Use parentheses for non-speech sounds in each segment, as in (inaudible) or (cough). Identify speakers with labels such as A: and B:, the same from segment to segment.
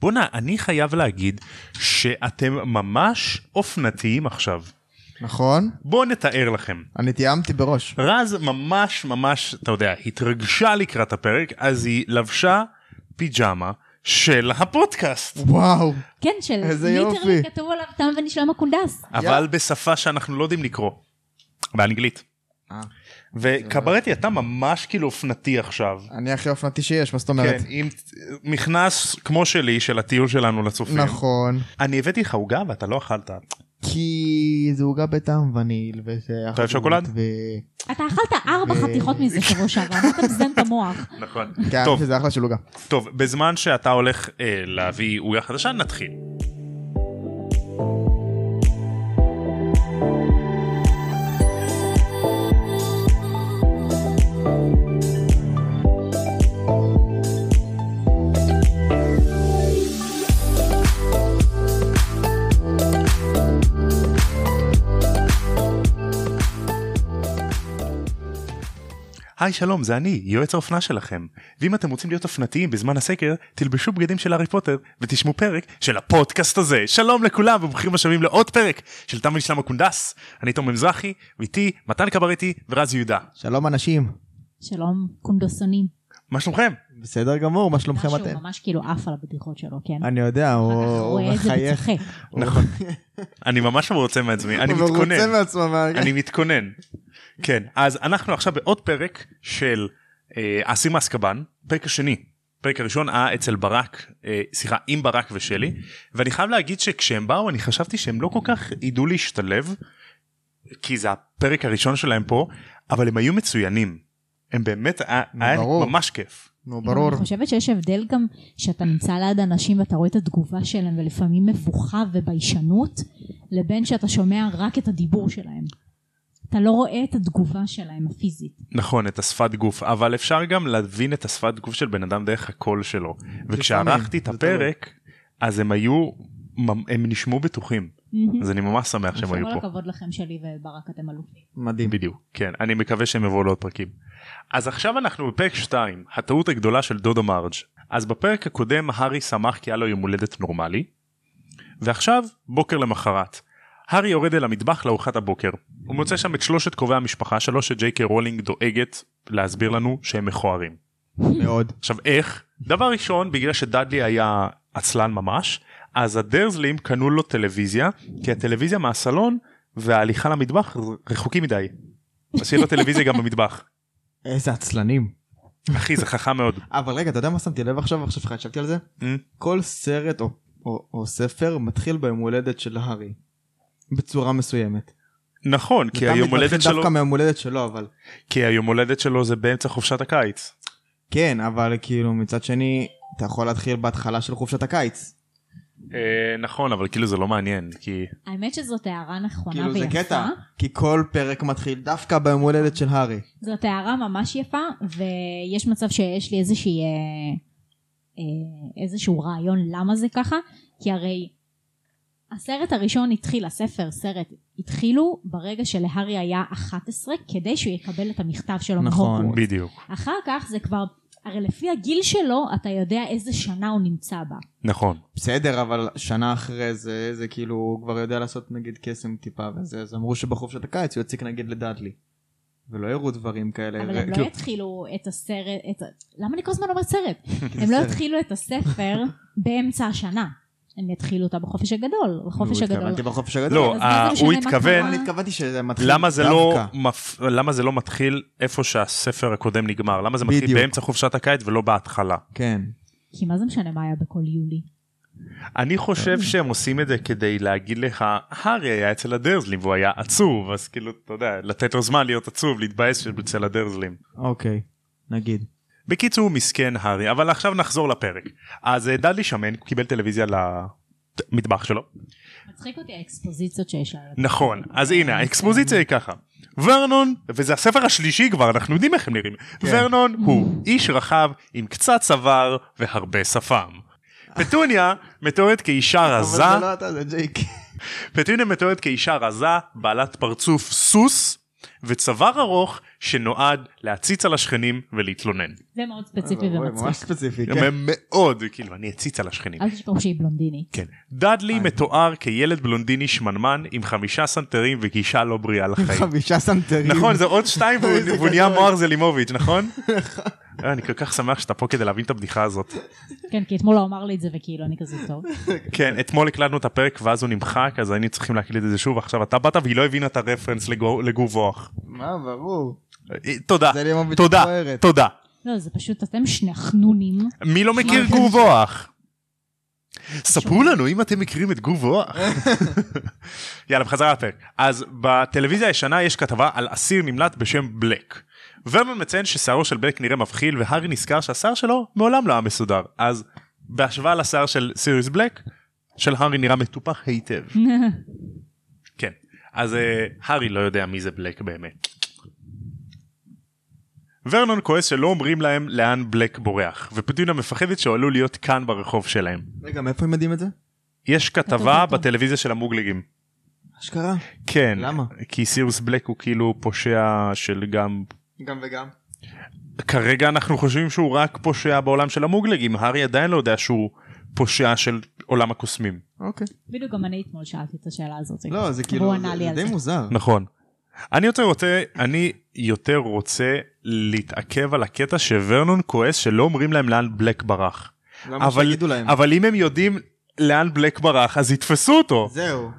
A: בואנה, אני חייב להגיד שאתם ממש אופנתיים עכשיו.
B: נכון?
A: בואו נתאר לכם.
B: אני תיאמתי בראש.
A: רז ממש ממש, אתה יודע, התרגשה לקראת הפרק, אז היא לבשה פיג'מה של הפודקאסט.
B: וואו.
C: כן, של
B: איזה
C: ליטרלי
B: יופי.
C: כתוב עליו תם ונשלם הקונדס.
A: אבל בשפה שאנחנו לא יודעים לקרוא. באנגלית. אה. וקברטי, אתה ממש כאילו אופנתי עכשיו.
B: אני הכי אופנתי שיש, מה זאת אומרת?
A: כן, עם מכנס כמו שלי של הטיול שלנו לצופים.
B: נכון.
A: אני הבאתי לך עוגה ואתה לא אכלת.
B: כי זה עוגה בטעם וניל וזה...
A: אתה אוהב שוקולד?
B: ו...
C: אתה אכלת ארבע
B: ו-
C: חתיכות מזה שבוע שעבר, אתה מזן את המוח.
A: נכון.
B: כן,
A: טוב,
B: שזה אחלה של עוגה.
A: טוב, בזמן שאתה הולך אה, להביא עוגה חדשה, נתחיל. היי שלום זה אני יועץ האופנה שלכם ואם אתם רוצים להיות אופנתיים בזמן הסקר תלבשו בגדים של הארי פוטר ותשמעו פרק של הפודקאסט הזה שלום לכולם וברוכים השבים לעוד פרק של תם ונשלם הקונדס אני תום מזרחי ואיתי מתן קברטי ורז יהודה
B: שלום אנשים.
C: שלום, קונדוסונים.
A: מה שלומכם
B: בסדר גמור, מה שלומכם
C: שהוא
B: אתם?
C: ממש כאילו עף על הבדיחות שלו, כן?
B: אני יודע, הוא
C: אחר כך
B: הוא
C: רואה את זה
B: מחייך.
C: וצוחק.
A: נכון אני ממש מרוצה מעצמי אני
B: הוא מרוצה
A: מתכונן
B: מעצמו. מה-
A: אני מתכונן כן אז אנחנו עכשיו בעוד פרק של אה, אסיר מאסקבן פרק השני. הפרק הראשון היה אצל ברק, אה, סליחה, עם ברק ושלי, ואני חייב להגיד שכשהם באו אני חשבתי שהם לא כל כך ידעו להשתלב, כי זה הפרק הראשון שלהם פה, אבל הם היו מצוינים. הם באמת, היה היה לי
B: ברור.
A: ממש כיף.
B: נו, ברור.
C: אני חושבת שיש הבדל גם שאתה נמצא ליד אנשים ואתה רואה את התגובה שלהם ולפעמים מבוכה וביישנות, לבין שאתה שומע רק את הדיבור שלהם. אתה לא רואה את התגובה שלהם הפיזית.
A: נכון, את השפת גוף, אבל אפשר גם להבין את השפת גוף של בן אדם דרך הקול שלו. וכשערכתי את
B: זה תלוי.
A: הפרק, אז הם היו, הם נשמעו בטוחים. אז אני ממש שמח שהם היו
C: כל
A: פה.
C: הכבוד לכם שלי וברק אתם אלופים.
B: מדהים.
A: בדיוק. כן, אני מקווה שהם יבואו לעוד פרקים. אז עכשיו אנחנו בפרק 2, הטעות הגדולה של דודו מרג'. אז בפרק הקודם הארי שמח כי היה לו יום הולדת נורמלי, ועכשיו בוקר למחרת. הארי יורד אל המטבח לארוחת הבוקר. הוא מוצא שם את שלושת קרובי המשפחה שלו שג'יי קיי רולינג דואגת להסביר לנו שהם מכוערים.
B: (laughs) מאוד.
A: עכשיו איך? דבר ראשון בגלל שדאדלי היה עצלן ממש אז הדרזלים קנו לו טלוויזיה כי הטלוויזיה מהסלון וההליכה למטבח רחוקים מדי. אז שיהיה לו טלוויזיה גם במטבח.
B: איזה עצלנים.
A: אחי זה חכם מאוד.
B: אבל רגע, אתה יודע מה שמתי לב עכשיו? עכשיו חשבתי על זה?
A: Mm?
B: כל סרט או, או, או ספר מתחיל ביום הולדת של הארי. בצורה מסוימת.
A: נכון כי
B: זה תמיד
A: היום הולדת
B: מתחיל
A: שלו
B: דווקא מיום הולדת שלו, אבל...
A: כי היום הולדת שלו זה באמצע חופשת הקיץ.
B: כן, אבל כאילו מצד שני, אתה יכול להתחיל בהתחלה של חופשת הקיץ.
A: אה, נכון אבל כאילו זה לא מעניין כי
C: האמת שזאת הערה נכונה
B: כאילו
C: ויפה.
B: זה קטע, כי כל פרק מתחיל דווקא ביום הולדת של הארי.
C: זאת הערה ממש יפה, ויש מצב שיש לי איזושהי, אה, אה, איזשהו רעיון למה זה ככה, כי הרי הסרט הראשון התחיל, הספר, סרט, התחילו ברגע שלהארי היה 11, כדי שהוא יקבל את המכתב שלו
B: נכון,
C: מהוגוורטס.
A: בדיוק
C: אחר כך זה כבר, הרי לפי הגיל שלו, אתה יודע איזה שנה הוא נמצא בה.
A: נכון
B: בסדר, אבל שנה אחרי זה, זה כאילו, הוא כבר יודע לעשות נגיד קסם טיפה וזה, אז אמרו שבחופשת הקיץ הוא יציק נגיד לדאדלי. ולא הראו דברים כאלה.
C: אבל
B: ו-
C: הם לא
B: כאילו,
C: התחילו את הסרט, את... ה- למה אני כל הזמן אומרת סרט?
B: (laughs) כי זה
C: הם לא
B: סרט.
C: התחילו
B: (laughs)
C: את הספר באמצע השנה. הם יתחילו אותה בחופש הגדול, בחופש
B: נו,
C: הגדול.
B: כאילו, התכוונתי בחופש הגדול.
A: לא
C: אז מה זה
A: אה,
C: משנה
A: הוא
C: מה
A: התכוון
C: קרה?
B: אני התכוונתי שזה מתחיל
A: למה זה לא
B: דווקא.
A: מפ... למה זה לא מתחיל איפה שהספר הקודם נגמר למה זה מתחיל
B: בדיוק.
A: באמצע חופשת הקיץ ולא בהתחלה.
B: כן.
C: כי מה זה משנה מה היה בכל יולי?
A: אני
B: כן.
A: חושב שהם עושים את זה כדי להגיד לך, הארי היה אצל הדרזלים והוא היה עצוב, אז כאילו, אתה יודע, לתת לו זמן להיות עצוב, להתבאס שהוא אצל הדרזלים.
B: אוקיי, נגיד.
A: בקיצור, הוא מסכן הארי, אבל עכשיו נחזור לפרק. אז אה, דאדלי שמן, הוא קיבל טלוויזיה למטבח שלו.
C: מצחיק אותי האקספוזיציות שיש להם.
A: נכון, אז הנה, האקספוזיציה היא ככה. ורנון, וזה הספר השלישי כבר, אנחנו יודעים איך הם נראים.
B: כן.
A: ורנון הוא איש רחב עם קצת צוואר והרבה
B: (laughs)
A: שפם. פטוניה מתוארת כאישה רזה.
B: אבל זה לא אתה, זה ג'ייק.
A: פטינה מתוארת כאישה רזה, בעלת פרצוף סוס, וצוואר ארוך שנועד להציץ על השכנים ולהתלונן.
B: כן.
C: זה מאוד ספציפי
B: אוי, אוי, ממש
C: ומצחיק.
B: ספציפי, כן.
A: הם מאוד, כאילו, אני אציץ על השכנים.
C: אל תשכחו שהיא בלונדינית.
A: כן. דאדלי
B: אה.
A: מתואר כילד בלונדיני שמנמן עם חמישה סנטרים וגישה לא בריאה לחיים.
B: חמישה סנטרים.
A: נכון, זה עוד
B: (laughs)
A: שתיים והוא-
B: איזה
A: והוא נהיה
B: גדול.
A: מואר זלימוביץ', נכון? אה, אני כל כך שמח שאתה פה כדי להבין את הבדיחה הזאת.
C: כן, כי אתמול הוא אמר לי את זה וכאילו אני כזה טוב.
A: כן, אתמול הקלטנו את הפרק ואז הוא נמחק, אז היינו צריכים להקליט את זה שוב, עכשיו אתה באת והיא לא הבינה את הרפרנס לגו- לגוף אוח.
B: מה, ברור.
A: אה, תודה,
B: זה לימוביץ'
A: תודה,
B: בוערת.
A: תודה.
C: לא, זה פשוט אתם שני חנונים.
A: מי לא מכיר גוף אוח? ספרו לנו אם אתם מכירים את גוף אוח. יאללה בחזרה לפרק. אז בטלוויזיה הישנה יש כתבה על אסיר נמלט בשם בלק. ורמן מציין ששערו של בלק נראה מבחיל והארי נזכר שהשיער שלו מעולם לא היה מסודר. אז בהשוואה לשיער של סיריוס בלק, של הארי נראה מטופח היטב. כן. אז אה, הארי לא יודע מי זה בלק באמת. ורנון כועס שלא אומרים להם לאן בלק בורח, ופטיונה מפחדת שהוא עלול להיות כאן ברחוב שלהם.
B: רגע, מאיפה הם יודעים את זה?
A: יש
C: כתוב,
A: כתבה
C: כתוב.
A: בטלוויזיה של המוגלגים.
B: אשכרה.
A: כן.
B: למה?
A: כי סירוס בלק הוא כאילו פושע של גם...
B: גם וגם.
A: כרגע אנחנו חושבים שהוא רק פושע בעולם של המוגלגים, הארי עדיין לא יודע שהוא פושע של עולם הקוסמים.
B: אוקיי.
C: (laughs) בדיוק גם אני אתמול שאלתי את השאלה הזאת.
B: לא, זה
C: והוא
B: כאילו,
C: ענה
B: זה-
C: לי
B: זה
C: על זה.
B: די מוזר.
A: נכון. אני יותר רוצה, אני יותר רוצה להתעכב על הקטע שוורנון כועס שלא אומרים להם לאן בלק ברח.
B: למה
A: אבל,
B: שיגידו להם?
A: אבל אם הם יודעים לאן בלק ברח אז יתפסו אותו.
B: זהו.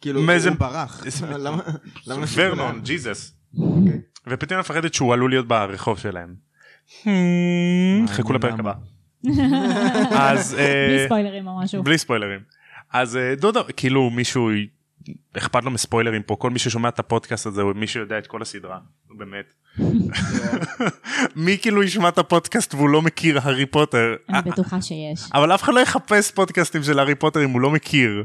B: כאילו,
A: מה זה-
B: הוא ברח.
A: זה-
B: למה- למה שיגידו
A: ורנון,
B: להם?
A: ג'יזוס.
B: אוקיי.
A: ופתאום מפחדת שהוא עלול להיות ברחוב שלהם. חכו לפרק
B: (laughs) למה?
A: הבא. אז אה,
C: בלי ספוילרים או משהו.
A: בלי ספוילרים. אז אה, דודו כאילו מישהו אכפת לו מספוילרים פה כל מי ששומע את הפודקאסט הזה הוא מי שיודע את כל הסדרה. נו,
B: (laughs)
A: באמת. מי כאילו ישמע את הפודקאסט והוא לא מכיר הארי
B: (laughs)
A: פוטר.
C: אני בטוחה שיש.
A: אבל אף אחד לא יחפש פודקאסטים של הארי פוטר אם הוא לא מכיר.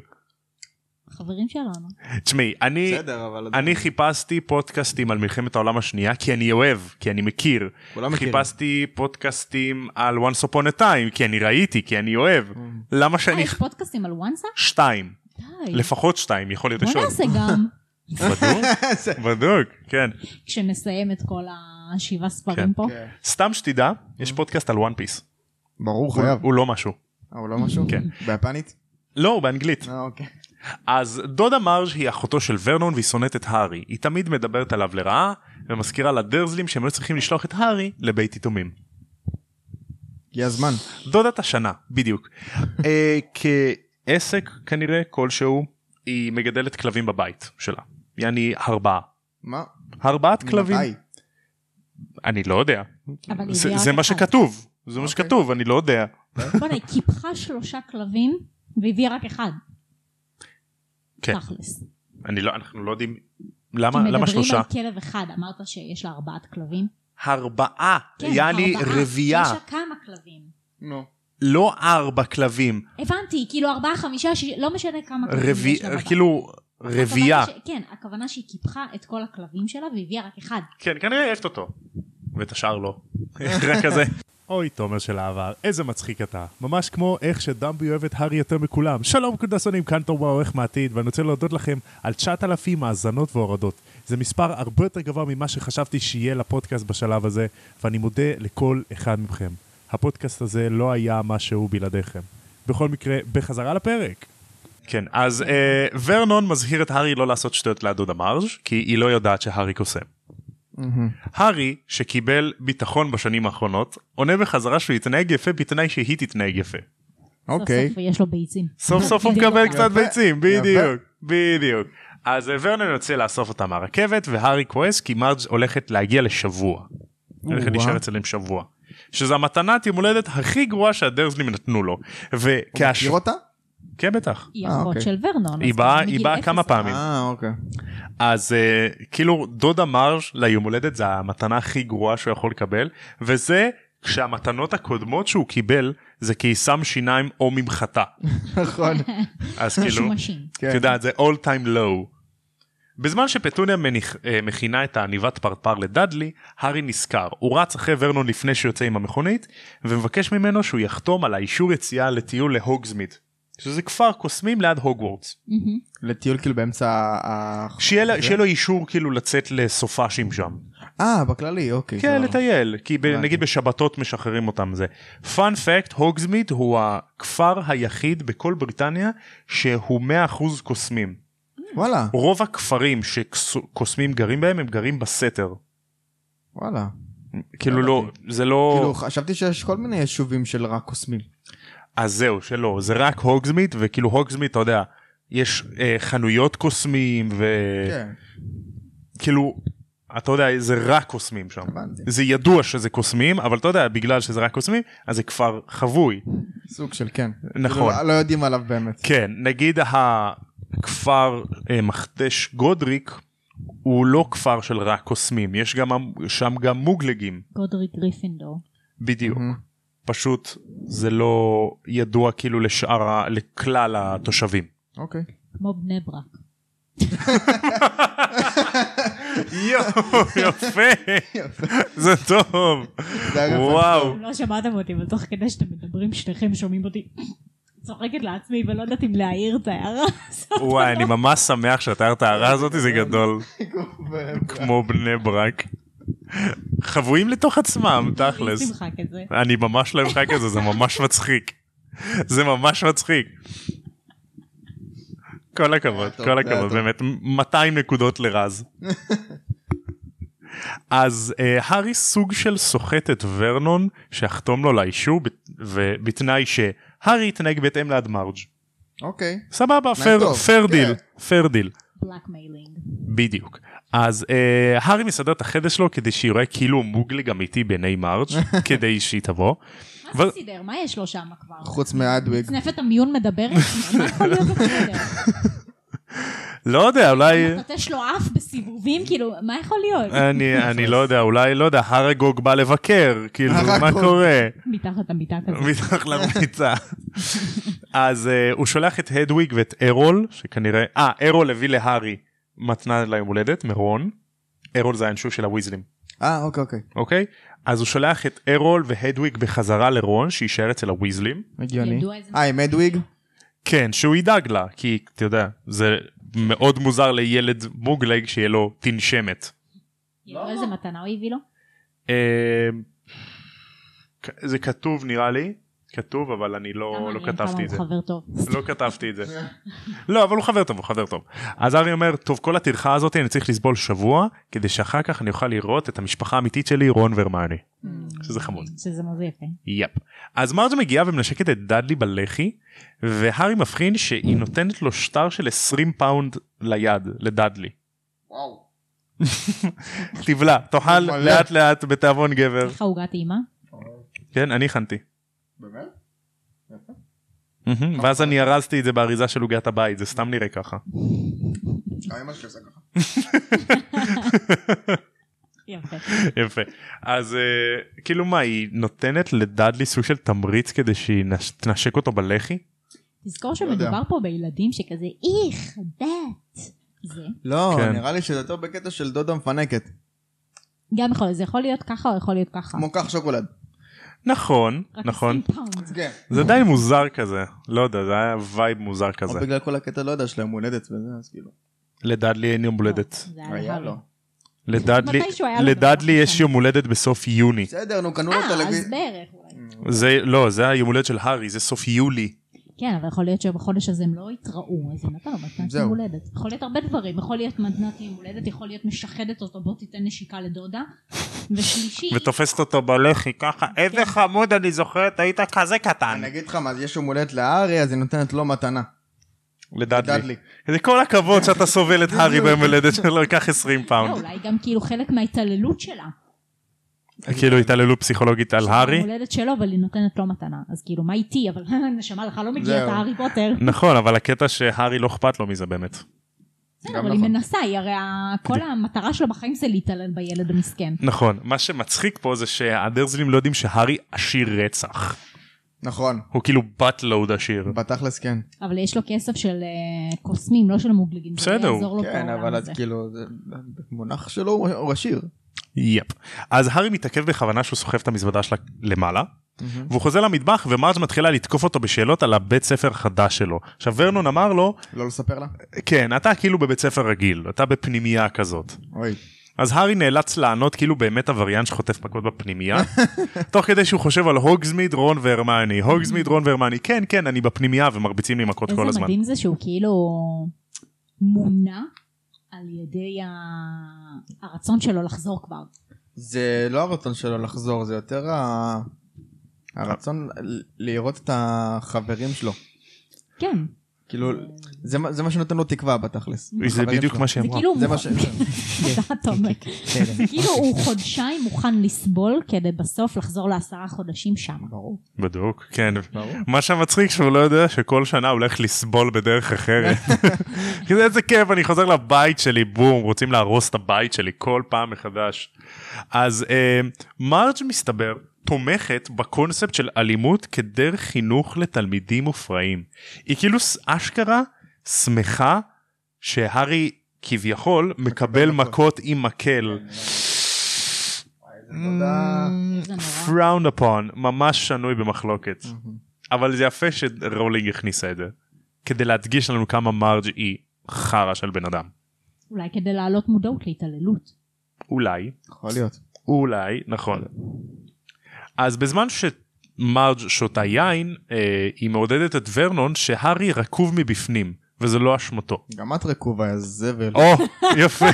C: חברים שלנו.
A: תשמעי אה. (laughs) אני
B: בסדר, אבל...
A: אני חיפשתי פודקאסטים על מלחמת העולם השנייה כי אני אוהב כי אני מכיר
B: כולם מכירים.
A: חיפשתי פודקאסטים על once upon a time כי אני ראיתי כי אני אוהב
B: Mm.
A: למה
C: אה,
A: שאני
C: יש פודקאסטים על וואנסה?
A: שתיים
C: די.
A: לפחות שתיים יכול להיות
C: בוא
A: יש עוד.
C: נעשה גם.
A: בדוק
B: אה, זה-
A: בדוק כן
C: כשנסיים את כל
A: כן.
C: השבעה ספרים פה.
B: כן.
A: סתם שתדע יש פודקאסט על one piece
B: ברור,
A: הוא-
B: חייב.
A: הוא לא משהו
B: אה, הוא לא משהו?
A: כן.
B: ביפנית?
A: לא הוא באנגלית
B: אה, אוקיי.
A: אז דודה מרג' היא אחותו של ורנון והיא שונאת את הארי היא תמיד מדברת עליו לרעה ומזכירה לדרזלים שהם היו צריכים לשלוח את הארי לבית יתומים.
B: הגיע הזמן.
A: דודת השנה בדיוק אה, כעסק כנראה כלשהו היא מגדלת כלבים בבית שלה יעני הרבעה
B: מה?
A: הרבעת כלבים
B: מתי?
A: אני לא יודע
B: כן.
C: אבל היא
A: זה,
C: הביאה
A: זה
C: רק
A: מה
C: אחת.
A: שכתוב זה מה
B: אוקיי.
A: שכתוב אני לא יודע
C: בוא'נה, היא קיפחה שלושה כלבים והביאה רק אחד.
A: כן.
C: תכלס.
A: אני לא אנחנו לא יודעים
C: כי
A: למה למה שלושה
C: מדברים על כלב אחד, אמרת שיש לה ארבעת כלבים.
A: הרבעה
C: כן,
A: יעני
C: ארבעה.
A: רבייה
C: יש לה כמה כלבים.
B: נו.
A: לא ארבע כלבים
C: הבנתי, כאילו ארבעה, חמישה, שיש... לא משנה כמה כלבים
A: רביע
C: יש לה בבית.
A: כאילו
C: הכוונה
A: רבייה
C: ש... כן, הכוונה שהיא קיפחה את כל הכלבים שלה והביאה רק אחד.
A: כן, כנראה אוהבת אותו. ואת השאר לא. רק כזה. אוי, תומר של העבר, איזה מצחיק אתה. ממש כמו איך שדמבי אוהב את הארי יותר מכולם. שלום קונדסונים, כאן תומר העורך מהעתיד, ואני רוצה להודות לכם על 9,000 האזנות והורדות. זה מספר הרבה יותר גבוה ממה שחשבתי שיהיה לפודקאסט בשלב הזה, ואני מודה לכל אחד מכם. הפודקאסט הזה לא היה מה שהוא בלעדיכם. בכל מקרה, בחזרה לפרק. כן, אז אה, ורנון מזהיר את הארי לא לעשות שטויות ליד דודה מרג', כי היא לא יודעת שהארי קוסם. הארי שקיבל ביטחון בשנים האחרונות עונה בחזרה שהוא יתנהג יפה בתנאי שהיא תתנהג יפה.
B: אוקיי.
C: סוף סוף יש לו ביצים.
A: סוף סוף הוא
C: גידל
A: מקבל
C: אותם.
A: קצת
B: יפה,
A: ביצים
B: יפה.
A: בדיוק בדיוק. אז אה, ורנון יוצא לאסוף אותה מהרכבת והארי כועס כי מרג' הולכת להגיע לשבוע. הולכת
B: או-אה.
A: להישאר אצלם שבוע. שזה המתנת יום הולדת הכי גרועה שהדרזלים נתנו לו.
B: הוא
A: וכהש...
B: מכיר אותה?
A: כן בטח.
C: היא
B: אה,
C: אחות
B: אוקיי.
C: של ורנון.
A: היא
C: אז
A: באה-
C: מגיל
A: היא באה
C: אפס
A: כמה
C: רק.
A: פעמים.
B: אה, אוקיי. (laughs)
A: אז אה, כאילו דודה מרג' ליום הולדת זה המתנה הכי גרועה שהוא יכול לקבל וזה כשהמתנות הקודמות שהוא קיבל זה כי שם שיניים או ממחטה
B: נכון.
C: (laughs)
A: אז כאילו
C: משומשים.
B: כן.
A: את יודעת זה all time low. בזמן שפטוניה מניח, אה, מכינה את העניבת פרפר לדאדלי הארי נזכר הוא רץ אחרי ורנון לפני שיוצא עם המכונית ומבקש ממנו שהוא יחתום על האישור יציאה לטיול להוגזמיד שזה כפר קוסמים ליד הוגוורטס.
C: מהמם.
B: לטיול כאילו באמצע ה...
A: שיהיה לה-
B: זה?
A: שיהיה לו אישור כאילו לצאת לסופאשים שם.
B: אה, בכללי, אוקיי.
A: כן,
B: סבבה.
A: לטייל, כי ב-
B: הבנתי.
A: נגיד בשבתות משחררים אותם זה. פאנ פקט, הוגזמיד הוא הכפר היחיד בכל בריטניה שהוא 100% קוסמים.
B: וואלה,
A: רוב הכפרים שקוסמים גרים בהם הם גרים בסתר.
B: וואלה.
A: כאילו לא, זה
B: כאילו
A: לא,
B: חשבתי שיש כל מיני יישובים של רק קוסמים.
A: אה. אז זהו, שלא, זה רק הוגזמיד, וכאילו הוגזמיד, אתה יודע, יש אה, חנויות קוסמים,
B: כן,
A: וכאילו, אתה יודע, זה רק קוסמים שם.
B: הבנתי.
A: זה ידוע שזה קוסמים, אבל אתה יודע, בגלל שזה רק קוסמים, אז זה כפר חבוי.
B: סוג של כן.
A: נכון.
B: כאילו, לא יודעים עליו באמת.
A: כן, נגיד הכפר אה, מכתש גודריק הוא לא כפר של רק קוסמים, יש גם שם גם מוגלגים,
C: גודריק גריפינדור.
A: בדיוק.
B: מהמם.
A: פשוט זה לא ידוע כאילו לשאר, ה- לכלל התושבים.
B: אוקיי.
C: כמו בני ברק.
A: יואו, (laughs) יפה, זה טוב.
B: זה היה
A: וואו.
C: לא שמעתם אותי, אבל תוך כדי שאתם מדברים שניכם שומעים אותי (coughs) צוחקת לעצמי ולא יודעת אם להעיר את ההערה הזאת.
A: וואי, אני ממש שמח שאתה הערת ההערה הזאת, זה גדול, כמו בני ברק. חבויים לתוך עצמם, תכלס.
C: שמחה כזה.
A: אני ממש לא אמחק את זה, זה ממש מצחיק. זה ממש מצחיק. כל הכבוד, כל
B: טוב, זה היה
A: הכבוד,
B: טוב.
A: באמת, 200 נקודות לרז. אז אה, הארי סוג של סוחט את ורנון שיחתום לו לאישור ב- ובתנאי שהארי יתנהג בהתאם ליד מרג'.
B: אוקיי.
A: סבבה,
B: תנאי טוב,
A: פייר
B: כן.
A: דיל, פייר דיל.
C: בלאק מיילינג.
A: בדיוק. אז אה, הארי מסדר את החדר שלו כדי שיראה כאילו הוא מוגלג אמיתי בעיני
B: (laughs)
A: מרג' כדי שהיא תבוא.
C: מה זה סידר? מה יש לו שם כבר?
B: חוץ מאדוויג.
C: צנפת המיון מדברת?
A: (laughs)
C: מה יכול להיות בסדר?
A: לא יודע, אולי...
C: נוטש לו אף בסיבובים? כאילו, מה יכול להיות?
A: אני, אני לא יודע, אולי, לא יודע, הרגוג בא לבקר, כאילו, מה
B: הרגוג.
A: קורה?
C: מתחת המיטה כזה.
A: מתחת למיטה. אז uh, הוא שולח את הדוויג ואת ארול, שכנראה, אה, ארול הביא להארי מתנה ליום הולדת, מרון. ארול זה האנשוף של הוויזלים,
B: אה, אוקיי, אוקיי.
A: אוקיי? אז הוא שולח את ארול והדוויג בחזרה לרון, שיישאר אצל הוויזלים.
B: הגיוני.
C: ידוע איזה-
B: אה, עם אדוויג?
A: כן, שהוא ידאג לה, כי, אתה יודע, זה מאוד מוזר לילד מוגלג שיהיה לו תנשמת.
C: ידוע איזה מתנה הוא הביא לו?
A: לא, אה, כ- זה כתוב נראה לי כתוב אבל אני
C: כמה
A: לא לא
C: מעניין
A: כתבתי את זה
C: כמה הוא חבר טוב.
A: לא כתבתי את זה לא אבל הוא חבר טוב הוא חבר טוב אז ארי אומר טוב כל הטרחה הזאת אני צריך לסבול שבוע כדי שאחר כך אני אוכל לראות את המשפחה האמיתית שלי רון והרמני שזה חמוד.
C: Hmm. שזה מאוד יפה.
A: יפ אז מרג' מגיעה ומנשקת את דאדלי בלחי והארי מבחין שהיא נותנת לו שטר של 20 פאונד ליד לדאדלי. תבלע תאכל
B: מלא.
A: לאט לאט בתיאבון גבר
C: איך העוגה טעימה?
A: כן אני הכנתי.
B: באמת?
C: אוקיי.
A: מהמם, ואז אני ארזתי את זה באריזה של עוגת הבית זה סתם נראה
C: (laughs)
A: ככה
C: יפה.
A: יפה אז אה, כאילו מה היא נותנת לדאדלי סוג של תמריץ כדי שהיא נש- תנשק אותו בלחי
C: תזכור
B: לא יודע.
C: שמדובר פה בילדים שכזה איך, דת. זה.
B: לא,
A: כן.
B: נראה לי שזה יותר בקטע של דודה מפנקת.
C: גם יכול להיות, זה יכול להיות ככה או יכול להיות ככה.
B: כמו כך שוקולד.
A: נכון
C: רק
A: נכון
C: 20 פאונד.
B: כן.
A: זה די מוזר כזה לא יודע זה היה וייב מוזר
B: או
A: כזה
B: בגלל כל הקטע לא יודע שלהם הולדת וזה, אז כאילו.
A: לדאדלי אין יום הולדת
C: לא, זה היה להארי.
A: לדאדלי
C: לא. מתישהו היה לו
A: לדאדלי
C: דבר
A: יש
C: כזה.
A: יום הולדת בסוף יוני
B: בסדר, נו, קנו לו
C: אה, אז
B: טלוויזיה.
C: בערך אולי.
A: זה לא זה היום הולדת של הארי זה סוף יולי
C: כן, אבל יכול להיות שבחודש הזה הם לא התראו, אז הם נתנו לו מתנת
B: זהו.
C: יום הולדת. יכול להיות הרבה דברים, יכול להיות מתנת יום הולדת, יכול להיות משחדת אותו, בוא תיתן נשיקה לדודה.
A: (laughs)
C: ושלישי,
A: ותופסת אותו בלחי ככה איזה חמוד אני זוכרת היית כזה קטן
B: אני אגיד לך מה, אז יש יום הולדת לארי, אז היא נותנת לו מתנה.
A: לדאדלי.
B: דאדלי.
A: זה כל הכבוד שאתה סובל את הארי ביום הולדת שלו, לקח 20
C: לא,
A: פאונד.
C: אולי גם כאילו חלק מההתעללות שלה.
A: כאילו התעללו פסיכולוגית על הארי.
C: יום הולדת שלו, אבל היא נותנת לו מתנה. אז כאילו, מה איתי? אבל (laughs) נשמה לך לא מגיע
B: זהו.
C: את הארי פוטר.
A: נכון, אבל הקטע שהארי לא אכפת לו מזה באמת.
C: בסדר,
B: גם
C: אבל היא
B: נכון.
C: מנסה, היא הרי ה- כל המטרה שלו בחיים זה להתעלל בילד המסכן.
A: נכון, מה שמצחיק פה זה שהדרזלים לא יודעים שהארי עשיר רצח.
B: נכון,
A: הוא כאילו בטלוד עשיר.
B: בתכלס כן.
C: אבל יש לו כסף של אה, קוסמים, לא של מוגלגים. זה לא
A: בסדר.
C: יעזור לו
B: כן,
C: בעולם
B: אבל אז
C: הזה.
B: כאילו, זה- במונח שלו הוא הוא עשיר.
A: יפ. אז הארי מתעכב בכוונה שהוא סוחב את המזוודה שלה למעלה,
B: מהמם.
A: והוא חוזר למטבח ומרג' מתחילה לתקוף אותו בשאלות על הבית ספר החדש שלו. עכשיו ורנון אמר לו,
B: לא לספר לה?
A: כן, אתה כאילו בבית ספר רגיל, אתה בפנימייה כזאת.
B: אוי.
A: אז הארי נאלץ לענות כאילו באמת עבריין שחוטף מכות בפנימייה, תוך כדי שהוא חושב על הוגזמיד, רון והרמני, הוגזמיד, רון והרמני, כן, כן, אני בפנימייה ומרביצים לי מכות כל
C: איזה
A: הזמן.
C: מדהים זה שהוא כאילו מונע על ידי ה... הרצון שלו לחזור כבר.
B: זה לא הרצון שלו לחזור, זה יותר ה... הרצון ל- לראות את החברים שלו.
C: כן.
B: כאילו, זה מה- זה מה שנותן לו תקווה בתכלס.
A: זה
B: החברים
A: בדיוק
B: שלו.
A: מה
C: זה
A: שאמרה.
C: כאילו, הוא
B: זה מה
C: מוכן-
B: ש...
C: אתה תומק.
B: כן,
C: זה כאילו הוא חודשיים מוכן לסבול כדי בסוף לחזור לעשרה חודשים שם.
B: ברור.
C: כאילו-
A: בדיוק, כן.
B: ברור.
A: מה שמצחיק שהוא לא יודע שכל שנה הוא הולך לסבול בדרך אחרת. כזה איזה כיף, אני חוזר לבית שלי, בום, רוצים להרוס את הבית שלי כל פעם מחדש. אז אה, מרג' מסתבר תומכת בקונספט של אלימות כדרך חינוך לתלמידים מופרעים. היא כאילו ס- אשכרה שמחה שהארי כביכול מקבל
B: מכות.
A: מכות עם מקל.
B: תודה.
C: זה נורא.
A: frowned upon, ממש שנוי במחלוקת. אבל זה יפה שרולינג הכניסה את זה. כדי להדגיש לנו כמה מרג' היא חרא של בן אדם.
C: אולי כדי להעלות מודעות להתעללות.
A: אולי,
B: יכול להיות.
A: אולי, נכון. אז בזמן שמרג' שותה יין, אה, היא מעודדת את ורנון שהארי רקוב מבפנים, וזה לא אשמתו.
B: גם את רקובה, יא זבל.
A: או, (laughs) יפה.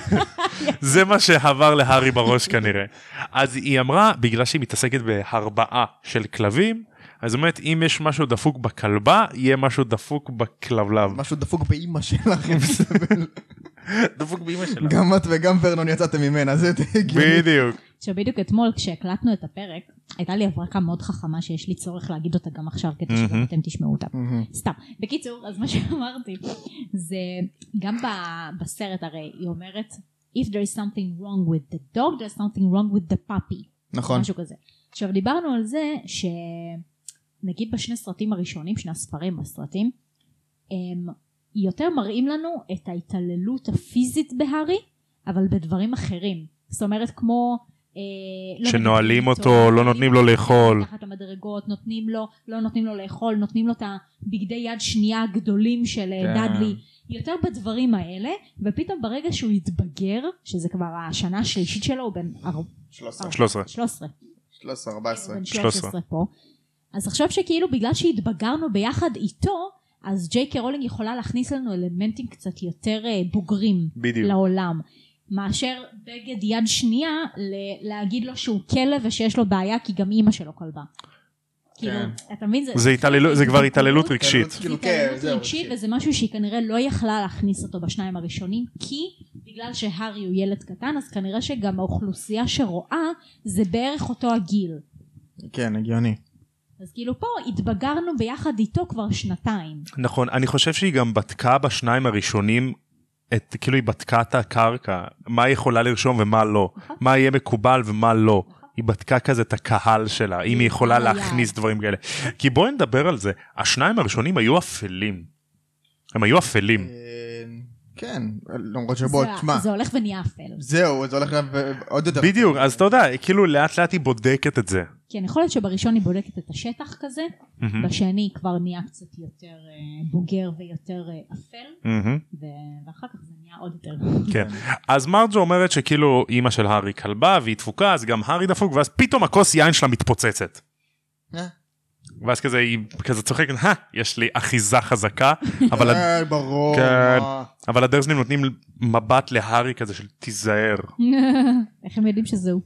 A: זה מה שעבר להארי בראש כנראה. אז היא אמרה, בגלל שהיא מתעסקת בהרבעה של כלבים, אז היא אומרת, אם יש משהו דפוק בכלבה, יהיה משהו דפוק בכלבלב.
B: משהו דפוק באימא שלך, יא זבל.
A: (laughs) דפוק באמא שלה.
B: (laughs) גם את וגם ורנון יצאתם ממנה, זה די הגיוני.
A: בדיוק.
C: עכשיו בדיוק אתמול כשהקלטנו את הפרק, הייתה לי הברקה מאוד חכמה שיש לי צורך להגיד אותה גם עכשיו כדי שגם
A: מהמם.
C: אתם תשמעו אותה.
B: מהמם.
C: סתם. בקיצור, אז מה שאמרתי, זה גם ב- בסרט הרי היא אומרת, If there is something wrong with the dog, there's something wrong with the puppy.
B: נכון.
C: משהו כזה. עכשיו דיברנו על זה שנגיד בשני סרטים הראשונים, שני הספרים בסרטים, הם יותר מראים לנו את ההתעללות הפיזית בהארי, אבל בדברים אחרים. זאת אומרת כמו... אה, לא
A: שנועלים
C: מגדלים
A: אותו, לא נותנים לו לאכול.
C: מתחת למדרגות, נותנים לו, לא נותנים לו לאכול, נותנים לו את הבגדי יד שנייה הגדולים של אה,
B: כן.
C: דאדלי, יותר בדברים האלה, ופתאום ברגע שהוא יתבגר, שזה כבר השנה השלישית שלו, הוא בן אר-
B: 13,
A: 13.
C: 13,
B: 13,
A: כן,
B: 14.
C: בן
A: 13.
C: 13 פה. אז עכשיו שכאילו בגלל שהתבגרנו ביחד איתו, אז ג'יי קי רולינג יכולה להכניס לנו אלמנטים קצת יותר אה, בוגרים
A: בדיוק.
C: לעולם. מאשר בגד יד שנייה ל- להגיד לו שהוא כלב ושיש לו בעיה כי גם אימא שלו כלבה. כאילו, אתה מבין?
A: כן. זה התעללות, זה
C: לא.
A: כבר התעללות רגשית.
B: כאילו,
C: כאילו,
B: כן,
C: התעללות
B: זהו,
C: רגשית
B: רגשית.
C: וזה משהו שהיא כנראה לא יכלה להכניס אותו בשניים הראשונים כי בגלל שהארי הוא ילד קטן אז כנראה שגם האוכלוסייה שרואה זה בערך אותו הגיל
B: כן, הגיוני.
A: Mm.
C: אז כאילו פה התבגרנו ביחד איתו כבר שנתיים
A: נכון, אני חושב שהיא גם בדקה בשניים הראשונים, את, כאילו היא בדקה את הקרקע, מה היא יכולה לרשום ומה לא,
C: נכון.
A: מה יהיה מקובל ומה לא. היא בדקה כזה את הקהל שלה, אם היא יכולה
C: היה.
A: להכניס דברים כאלה. כי בואי נדבר על זה, השניים הראשונים היו אפלים. הם היו אפלים.
B: אה, כן, למרות שבוא,
C: זה-
B: תשמע,
C: זה הולך ונהיה אפל
B: זהו, זה הולך לה- עוד יותר.
A: בדיוק, אז אתה יודע, כאילו לאט לאט היא בודקת את זה.
C: כן יכול להיות שבראשון היא בודקת את השטח כזה
A: מהמם,
C: בשני כבר נהיה קצת יותר אה, בוגר ויותר אה, אפל
A: מהמם.
C: ו- ואחר כך זה נהיה עוד יותר
B: (laughs)
A: כן. אז מרג'ו אומרת שכאילו אימא של הארי כלבה והיא דפוקה אז גם הארי דפוק ואז פתאום הכוס יין שלה מתפוצצת.
B: אה,
A: ואז כזה היא כזה צוחקת, "הא, יש לי אחיזה חזקה אבל, הד-
B: אה, ברור.
A: כן.
B: אה,
A: אבל הדרזלים נותנים מבט להארי כזה של תיזהר.
C: איך הם יודעים שזה הוא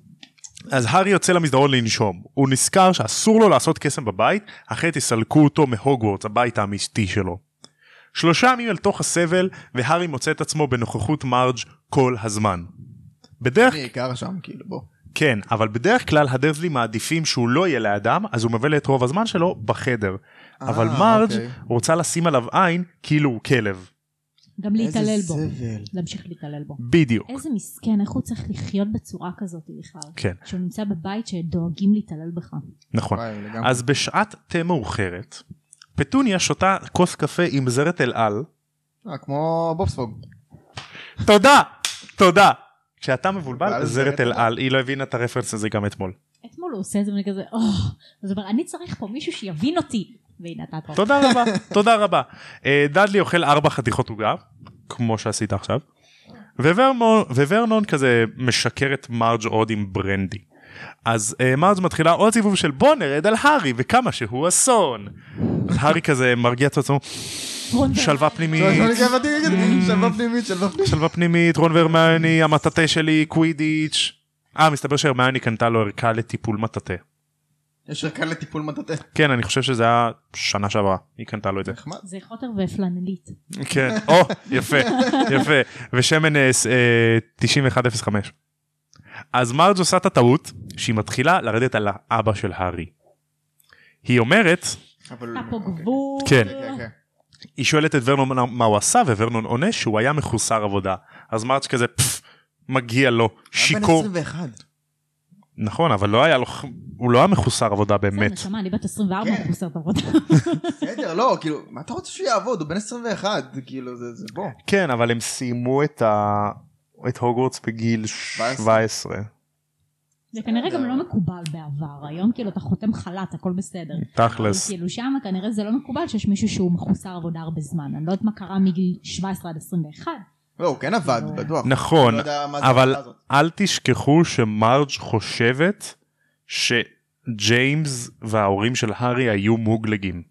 A: אז הארי יוצא למסדרון לנשום הוא נזכר שאסור לו לעשות קסם בבית אחרת יסלקו אותו מהוגוורטס הבית האמיתי שלו. שלושה ימים אל תוך הסבל והארי מוצא את עצמו בנוכחות מרג' כל הזמן. בדרך
B: בעיקר שם, כאילו, בוא.
A: כן, אבל בדרך כלל הדרזלים מעדיפים שהוא לא יהיה לאדם, אז הוא מבלה את רוב הזמן שלו בחדר. אבל
B: אה,
A: מרג'
B: אוקיי.
A: רוצה לשים עליו עין כאילו הוא כלב.
C: גם להתעלל בו
B: איזה זבל.
C: להמשיך להתעלל בו
A: בדיוק.
C: איזה מסכן איך הוא צריך לחיות בצורה כזאת בכלל
A: כן,
C: שהוא נמצא בבית שדואגים להתעלל בך
A: נכון.
B: וואי, לגמרי.
A: אז בשעת תה מאוחרת, פטוניה שותה כוס קפה עם זרת אל על.
B: אה, כמו בובספוג.
A: Mm. תודה! תודה! כשאתה מבולבל,
B: מבולבל,
A: זרת
B: זרת
A: אל
B: אל על.
A: על, היא לא הבינה את הרפרנס הזה גם אתמול.
C: אתמול הוא עושה את זה ואני כזה, אוה, אז הוא אומר, אני צריך פה מישהו שיבין אותי. והנה אתה פה.
A: תודה רבה, תודה רבה. אה, דאדלי אוכל ארבע חתיכות עוגה, כמו שעשית עכשיו, וורמון- וורנון כזה משקר את מרג' עוד עם ברנדי. אז אה, מרג' מתחילה עוד סיבוב של בוא נרד על הארי וכמה שהוא אסון. אז הארי כזה מרגיע את עצמו,
C: רון ורן.
A: שלווה
B: לא,
A: פנימית,
C: Mm.
B: שלווה פנימית, שלווה פנימית.
A: שלווה פנימית, רון והרמיוני, המטאטה שלי, קווידיץ'. אה, מסתבר שהרמיוני קנתה לו ערכה לטיפול מטאטה.
B: יש ערכה לטיפול מטאטה.
A: כן, אני חושב שזה היה שנה שעברה, היא קנתה לו את זה.
B: נחמד.
C: זה חוטר ופלנלית.
A: כן, (laughs) או, יפה, יפה, ושמן אה, ס- אה, 9105. אז מרג' עושה את הטעות שהיא מתחילה לרדת על האבא של הארי. היא אומרת,
B: אבל... אוקיי,
C: אתה פה גבול.
A: כן.
B: כן, כן.
A: היא שואלת את ורנון מה הוא עשה וורנון עונה שהוא היה מחוסר עבודה. אז מרג' כזה פפ, מגיע לו, שיכור.
B: היה בן 21.
A: נכון, אבל לא היה לו, הוא לא היה מחוסר עבודה
C: בסדר,
A: באמת.
C: נשמה, אני בת 24,
B: כן.
C: הוא עושה את העבודה.
B: בסדר, לא, כאילו, מה אתה רוצה שהוא יעבוד? הוא בן 21, כאילו, זה, זה, בוא.
A: כן, אבל הם סיימו את ה... את הוגוורטס בגיל 17.
C: (laughs) זה כנראה גם לא מקובל בעבר. היום כאילו אתה חותם חל"ת, הכל בסדר.
A: תכלס.
C: אבל כאילו שם כנראה זה לא מקובל שיש מישהו שהוא מחוסר עבודה הרבה זמן. אני לא יודעת מה קרה מגיל 17 עד 21.
B: לא, הוא כן עבד, בטוח.
A: נכון,
B: לא יודע מה זה
A: אבל
B: השאלה הזאת.
A: אל תשכחו שמרג' חושבת שג'יימס וההורים של הארי היו מוגלגים.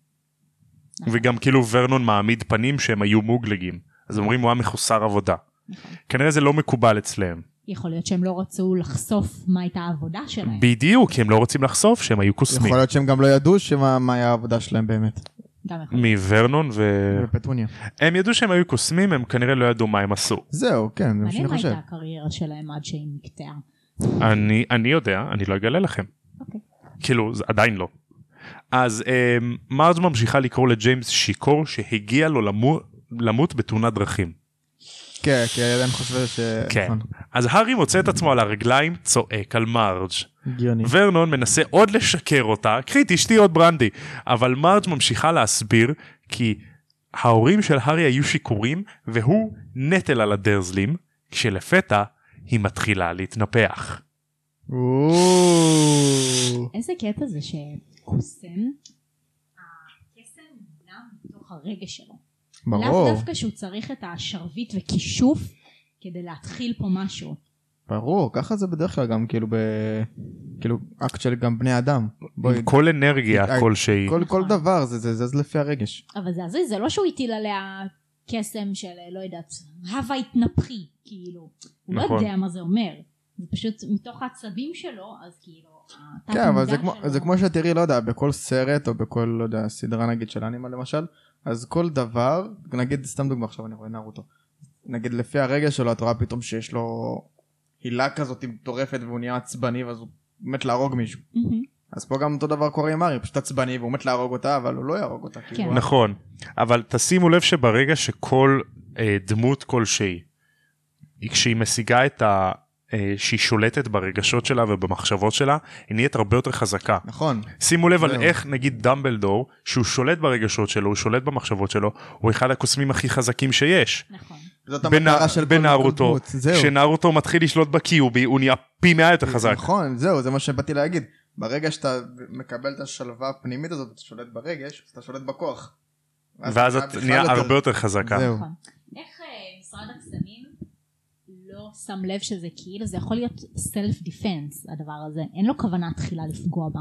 A: וגם כאילו ורנון מעמיד פנים שהם היו מוגלגים. אז אומרים הוא היה מחוסר עבודה. כנראה זה לא מקובל אצלם.
C: יכול להיות שהם לא רצו לחשוף מה הייתה העבודה שלהם.
A: בדיוק, כי הם לא רוצים לחשוף שהם היו קוסמים.
B: יכול להיות שהם גם לא ידעו שמה מה היה העבודה שלהם באמת.
C: גם יכול להיות.
A: מוורנון ו...
B: בפטוניה.
A: הם ידעו שהם היו קוסמים, הם כנראה לא ידעו מה הם עשו.
B: זהו, כן, זה מה
C: מעניין
B: שאני
C: מה
B: חושב.
C: הייתה הקריירה שלהם עד שהיא נקטעה.
A: אני, אני יודע, אני לא אגלה לכם.
C: אוקיי.
A: כאילו, זה עדיין לא. אז אה, מרג' ממשיכה לקרוא לג'יימס שיכור שהגיע לו למו, למות בתאונת דרכים.
B: כן, כי הילדים חושבים ש...
A: כן.
B: נכון.
A: אז הארי מוצא את עצמו על הרגליים, צועק על מרג'.
B: הגיוני.
A: ורנון מנסה עוד לשקר אותה, קחי תשתי עוד ברנדי. אבל מרג' ממשיכה להסביר כי ההורים של הארי היו שיכורים והוא נטל על הדרזלים, כשלפתע היא מתחילה להתנפח.
B: או.
C: איזה קטע זה שקוסם, הקסם נע מתוך הרגש שלו.
B: ברור,
C: לאו דווקא שהוא צריך את השרביט וכישוף כדי להתחיל פה משהו.
B: ברור, ככה זה בדרך כלל גם כאילו ב... כאילו אקט של גם בני אדם. בואי,
A: עם כל אנרגיה
B: אה,
A: כלשהי.
B: כל, כל
C: נכון.
B: דבר זה זה זז לפי הרגש.
C: אבל זה הזוי, זה לא שהוא הטיל עליה קסם של לא יודעת, הווה התנפחי, כאילו. הוא לא
A: נכון.
C: יודע מה זה אומר. זה פשוט מתוך העצבים שלו, אז כאילו, התת
B: כן, אבל
C: מודע
B: זה כמו,
C: שלו-
B: זה כמו שאת תראי, לא יודע, בכל סרט או בכל, לא יודע, סדרה נגיד של אנימה למשל, אז כל דבר, נגיד, סתם דוגמא עכשיו אני רואה נרוטו, נגיד לפי הרגש שלו את רואה פתאום שיש לו הילה כזאת מטורפת והוא נהיה עצבני ואז הוא מת להרוג מישהו.
C: מהמם.
B: אז פה גם אותו דבר קורה עם ארי, הוא פשוט עצבני והוא מת להרוג אותה, אבל הוא לא יהרוג אותה. כאילו,
C: כן.
B: הוא-
A: נכון, אבל תשימו לב שברגע שכל אה, דמות כלשהי, היא- כשהיא משיגה את ה... אה, שהיא שולטת ברגשות שלה ובמחשבות שלה, היא נהיית הרבה יותר חזקה.
B: נכון.
A: שימו לב על
B: זהו.
A: איך נגיד דמבלדור, שהוא שולט ברגשות שלו, הוא שולט במחשבות שלו, הוא אחד הקוסמים הכי חזקים שיש.
C: נכון.
B: זאת
A: בנ-
B: המטרה של כל
A: בנערותו,
B: דמות, זהו.
A: כשנערותו מתחיל לשלוט בקיובי, הוא נהיה פי מאה יותר חזק.
B: נכון, זהו, זה מה שבאתי להגיד. ברגע שאתה מקבל את השלווה הפנימית הזאת, אתה שולט ברגש, אז אתה שולט בכוח.
A: ואז
B: אתה
A: את
B: בכלל
A: נהיה
B: יותר-
A: הרבה יותר חזקה.
B: זהו.
C: נכון. איך אה, משרד הקסמים לא שם לב שזה כאילו, זה יכול להיות סלף דיפנס הדבר הזה, אין לו כוונה תחילה לפגוע בה.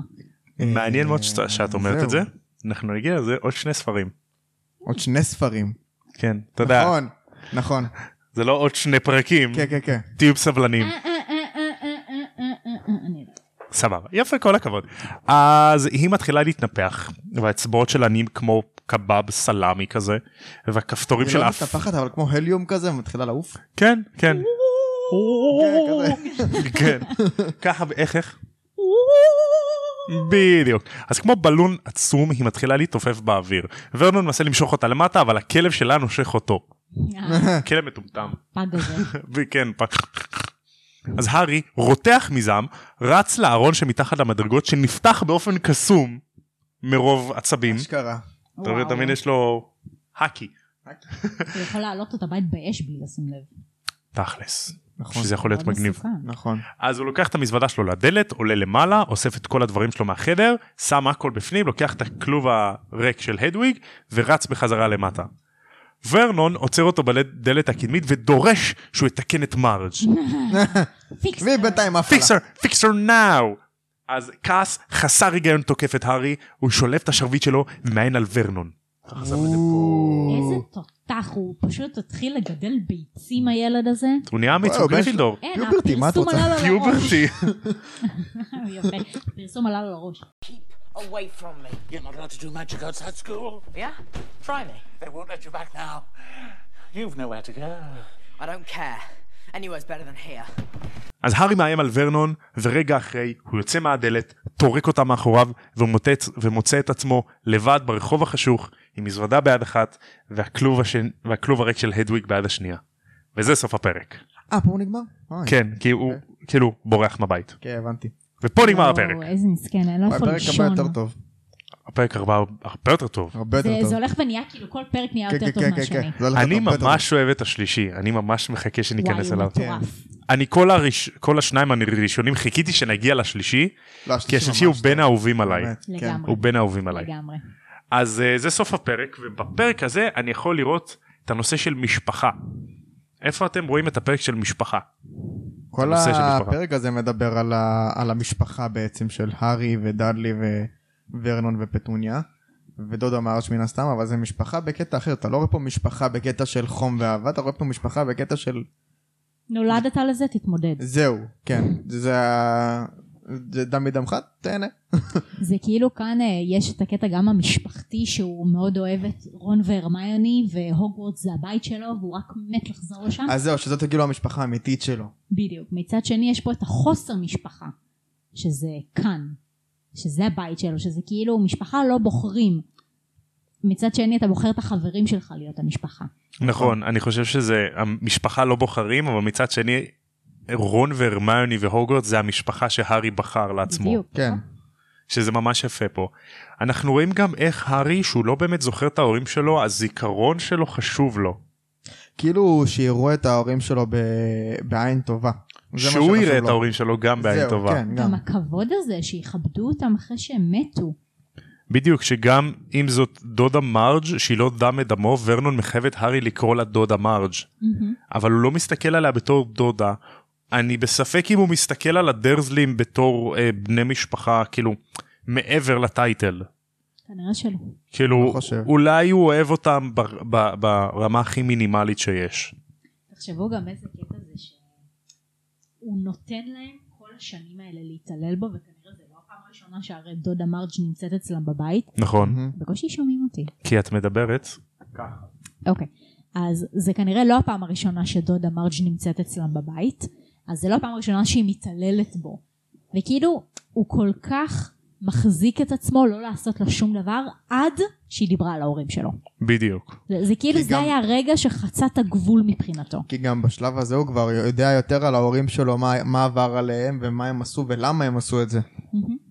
A: מעניין מאוד
B: אה,
A: שאת- שאת אומרת את זה.
B: זהו.
A: אנחנו נגיע לזה עוד שני ספרים.
B: עוד שני ספרים.
A: כן, אתה יודע,
B: נכון, נכון.
A: זה לא עוד שני פרקים,
B: כן, כן, כן.
A: תהיו סבלנים.
C: אה, אה, אה, אה, אה, אה, אה, אה, אה, אני יודעת.
A: סבבה, יפה, כל הכבוד. אז היא מתחילה להתנפח, והאצבעות שלה נהיים כמו קבב סלאמי כזה, והכפתורים
B: היא לא
A: שלה... עפ-
B: מטפחת, אבל כמו הליום כזה, מתחילה לעוף.
A: כן, כן.
B: כן,
A: כן, ככה, איך, איך? בדיוק. אז כמו בלון עצום, היא מתחילה להתעופף באוויר. ורנון מנסה למשוך אותה למטה, אבל הכלב שלה נושך אותו.
C: אה,
A: כלב מטומטם. (laughs)
B: (laughs)
C: הפג הזה.
A: וכן, פ... אז הארי רותח מזעם, רץ לארון שמתחת למדרגות שנפתח באופן קסום מרוב עצבים.
B: אשכרה.
A: אתה מבין,
C: וואו.
A: תמיד יש לו האקי.
C: הוא יכול להעלות אותה בית באש בלי לשים לב.
A: תכלס.
B: נכון.
A: שזה יכול להיות
C: מאוד
A: מגניב.
C: מסוכן.
B: נכון.
A: אז הוא לוקח את המזוודה שלו לדלת, עולה למעלה, אוסף את כל הדברים שלו מהחדר, שם הכל בפנים, לוקח את הכלוב הריק של הדוויג, ורץ בחזרה למטה. ורנון עוצר אותו בדלת הקדמית ודורש שהוא יתקן את מארג'.
C: פיקס.
B: ובינתיים הפעלה.
A: פיקסר, פיקסר נאו! אז כעס חסר היגיון תוקף את הארי, הוא שולף את השרביט שלו ומעיין על ורנון. ככה שם את זה פה.
C: איזה תותח הוא, פשוט התחיל לגדל ביצים הילד הזה.
A: הוא נהיה אמיץ, הוא
B: וואו, בן
A: גריפינדור.
C: אין,
B: פיוברטי, מה את
C: הפרסום
B: רוצה?
C: עלה לו לראש.
A: פיוברטי.
C: (laughs) יפה, הפרסום עלה לו לראש.
D: Keep away from me.
E: You're not allowed to do magic outside school.
D: Yeah? Try me.
E: They won't let you back now. You've nowhere to go.
D: I don't care. Anywhere's better than here.
A: אז הארי מאיים על ורנון, ורגע אחרי הוא יוצא מהדלת, טורק אותה מאחוריו, ומוצץ, ומוצא את עצמו לבד ברחוב החשוך, עם מזוודה ביד אחת, והכלוב, השני, והכלוב הריק של הדוויג ביד השנייה. וזה סוף הפרק.
B: אה, פה הוא נגמר? אוי.
A: כן, כי הוא כאילו בורח מהבית.
B: כן, הבנתי.
A: ופה נגמר
C: וואו,
A: הפרק.
C: איזה מסכן, אני לא יכול
B: הפרק הבא
C: לישון.
B: יותר טוב.
A: הפרק הרבה, הרבה יותר טוב.
B: הרבה יותר
C: זה-
B: טוב.
C: זה הולך ונהיה כאילו כל פרק נהיה
B: כן,
C: יותר
B: כן,
C: טוב
B: כן, כן,
C: מהשני.
B: כן. זה הולך
A: אני
B: להיות הרבה יותר
A: ממש אוהב את השלישי, אני ממש מחכה שניכנס
C: וואי, הוא
A: אליו.
C: מטורף.
A: אני כל, הראש, כל השניים הראשונים חיכיתי שנגיע לשלישי,
B: טוב. לא,
A: כי השלישי הוא
B: ממש
A: בין
B: טוב.
A: האהובים עליי.
B: באמת, כן.
C: לגמרי.
A: הוא בין האהובים עליי.
C: לגמרי.
A: אז אה, זה סוף הפרק ובפרק הזה אני יכול לראות את הנושא של משפחה. איפה אתם רואים את הפרק של משפחה?
B: כל
A: הנושא של משפחה.
B: הפרק הזה מדבר על, ה, על המשפחה בעצם של הארי ודאדלי וורנון ופטוניה ודודה מארץ' מן הסתם אבל זה משפחה בקטע אחר אתה לא רואה פה משפחה בקטע של חום ואהבה אתה רואה פה משפחה בקטע של
C: נולדת לזה, תתמודד.
B: זהו כן זה, ה- זה דם מדמך תהנה
C: זה כאילו כאן אה, יש את הקטע גם המשפחתי שהוא מאוד אוהב את רון והרמיוני והוגוורטס זה הבית שלו והוא רק מת לחזור לשם.
B: אז זהו שזאת כאילו המשפחה האמיתית שלו
C: בדיוק. מצד שני יש פה את החוסר משפחה, שזה כאן, שזה הבית שלו, שזה כאילו משפחה לא בוחרים. מצד שני אתה בוחר את החברים שלך להיות המשפחה.
A: נכון, אני חושב שזה, המשפחה לא בוחרים, אבל מצד שני, רון והרמיוני והוגוורט זה המשפחה שהארי בחר לעצמו,
C: בדיוק.
B: כן
A: שזה ממש יפה פה. אנחנו רואים גם איך הארי, שהוא לא באמת זוכר את ההורים שלו, הזיכרון שלו חשוב לו.
B: כאילו שיראו את ההורים שלו ב, בעין טובה זה מה
A: שהוא
B: שחשוב
A: יראה את
B: לו.
A: ההורים שלו גם בעין
B: זהו,
A: טובה.
B: כן, גם.
C: גם הכבוד הזה שיכבדו אותם אחרי שהם מתו.
A: בדיוק, שגם אם זאת דודה מרג' שהיא לא דם את דמו, ורנון מחייב את הארי לקרוא לה דודה מרג'. אבל הוא לא מסתכל עליה בתור דודה. אני בספק אם הוא מסתכל על הדרזלים בתור אה, בני משפחה, כאילו, מעבר לטייטל.
C: כנראה שלא.
A: כאילו,
B: חושב.
A: אולי הוא אוהב אותם ב- ב- ברמה הכי מינימלית שיש.
C: תחשבו גם איזה קטע זה שהוא נותן להם כל השנים האלה להתעלל בו וכנראה זה לא הפעם הראשונה שהרי דודה מרג' נמצאת אצלם בבית.
A: נכון,
C: בקושי שומעים אותי.
A: כי את מדברת.
C: אוקיי. אז זה כנראה לא הפעם הראשונה שדודה מרג' נמצאת אצלם בבית, אז זה לא הפעם הראשונה שהיא מתעללת בו. וכאילו, הוא כל כך מחזיק את עצמו לא לעשות לו שום דבר, עד שהיא דיברה על ההורים שלו.
A: בדיוק.
C: זה, זה כאילו,
B: כי
C: זה
B: גם-
C: היה הרגע שחצה את הגבול מבחינתו.
B: כי גם בשלב הזה הוא כבר יודע יותר על ההורים שלו, מה, מה עבר עליהם ומה הם עשו ולמה הם עשו את זה.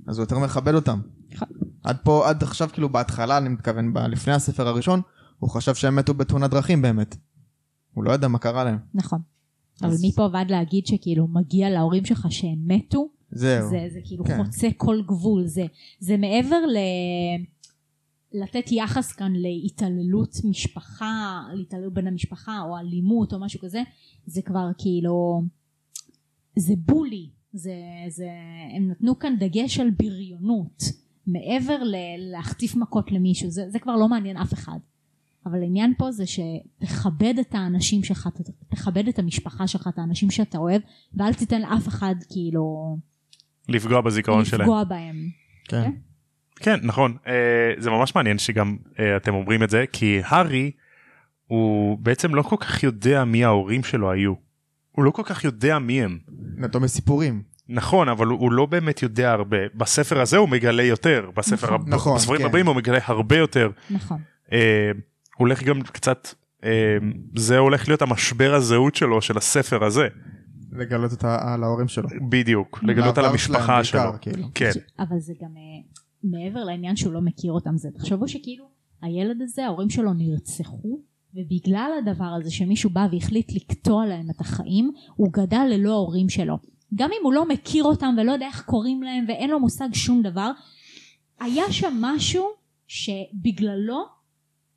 B: אז הוא יותר מכבד אותם.
C: נכון.
B: עד פה, עד עכשיו, כאילו בהתחלה, אני מתכוון, ב- לפני הספר הראשון, הוא חשב שהם מתו בתאונת דרכים באמת. הוא לא ידע מה קרה להם.
C: נכון.
B: אז-
C: אבל מפה ועד להגיד שכאילו מגיע להורים שלך שהם מתו,
B: זהו.
C: זה, זה כאילו
B: כן.
C: כן. חוצה כל גבול, זה, זה מעבר ל... לתת יחס כאן להתעללות משפחה, להתעללות בין המשפחה או אלימות או משהו כזה, זה כבר כאילו, זה בולי, זה, זה, הם נתנו כאן דגש על בריונות, מעבר ל... להחטיף מכות למישהו, זה, זה כבר לא מעניין אף אחד. אבל העניין פה זה שתכבד את האנשים שלך, ת- תכבד את המשפחה שלך, את האנשים שאתה אוהב, ואל תיתן לאף אחד כאילו
A: לפגוע בזיכרון שלהם.
C: לפגוע בהם.
B: כן.
A: כן נכון אה, זה ממש מעניין שגם אה, אתם אומרים את זה כי הארי הוא בעצם לא כל כך יודע מי ההורים שלו היו. הוא לא כל כך יודע מי הם.
B: נתון מסיפורים.
A: נכון אבל הוא, הוא לא באמת יודע הרבה בספר הזה הוא מגלה יותר בספר הבא-
B: נכון,
A: בספרים
B: כן.
A: הבאים הוא מגלה הרבה יותר.
C: נכון.
A: אה, הוא הולך גם קצת אה, זה הולך להיות המשבר הזהות שלו של הספר הזה
B: לגלות אותה על ההורים שלו.
A: בדיוק לגלות על
B: בעבר
A: המשפחה שלו.
B: שלהם בעיקר, כאילו.
A: כן
C: אבל זה גם אה, מעבר לעניין שהוא לא מכיר אותם זה תחשבו שכאילו הילד הזה ההורים שלו נרצחו ובגלל הדבר הזה שמישהו בא והחליט לקטוע להם את החיים, הוא גדל ללא ההורים שלו. גם אם הוא לא מכיר אותם ולא יודע איך קוראים להם ואין לו מושג שום דבר, היה שם משהו שבגללו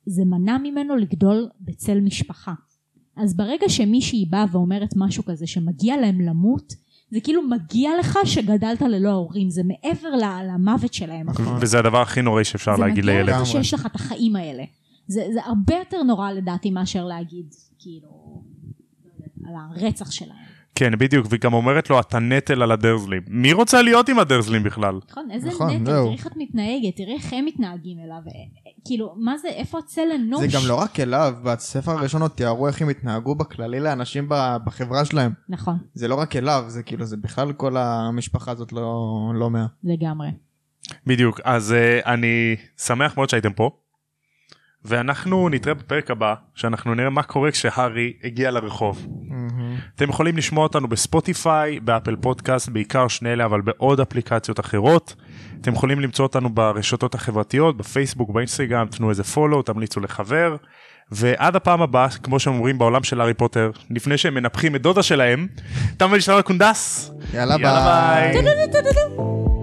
C: זה מנע ממנו לגדול בצל משפחה. אז ברגע שמישהי באה ואומרת משהו כזה שמגיע להם למות, זה כאילו מגיע לך שגדלת ללא ההורים, זה מעבר ל- למוות שלהם.
A: וזה הדבר הכי נוראי שאפשר להגיד
C: זה
A: לילד.
C: מגיע לך
B: לגמרי.
C: שיש לך את החיים האלה. זה, זה הרבה יותר נורא לדעתי מאשר להגיד, כאילו, לא יודעת, על הרצח שלהם.
A: כן, בדיוק, והיא גם אומרת לו, אתה נטל על הדרזלים. מי רוצה להיות עם הדרזלים בכלל?
C: נכון? איזה
B: נכון,
C: נטל,
B: זהו.
C: תראי איך את מתנהגת, תראי איך הם מתנהגים אליו. אה, אה, כאילו, מה זה, איפה הצל אנוש?
B: זה גם לא רק אליו, בספר הראשון עוד תיארו איך הם התנהגו בכללי לאנשים ב- בחברה שלהם.
C: נכון,
B: זה לא רק אליו, זה כאילו, זה בכלל כל המשפחה הזאת לא, לא מאה.
C: לגמרי.
A: בדיוק, אז אה, אני שמח מאוד שהייתם פה. ואנחנו נתראה בפרק הבא, שאנחנו נראה מה קורה כשהארי הגיע לרחוב. אתם יכולים לשמוע אותנו בספוטיפיי, באפל פודקאסט, בעיקר שני אלה, אבל בעוד אפליקציות אחרות. אתם יכולים למצוא אותנו ברשתות החברתיות, בפייסבוק, באינסטגרם, תנו איזה פולו, תמליצו לחבר. ועד הפעם הבאה, כמו שהם אומרים בעולם של הארי פוטר, לפני שהם מנפחים את דודה שלהם, תם ולשלם הקונדס.
B: יאללה,
A: יאללה, ביי.
B: ביי.
C: טו-טו-טו-טו-טו.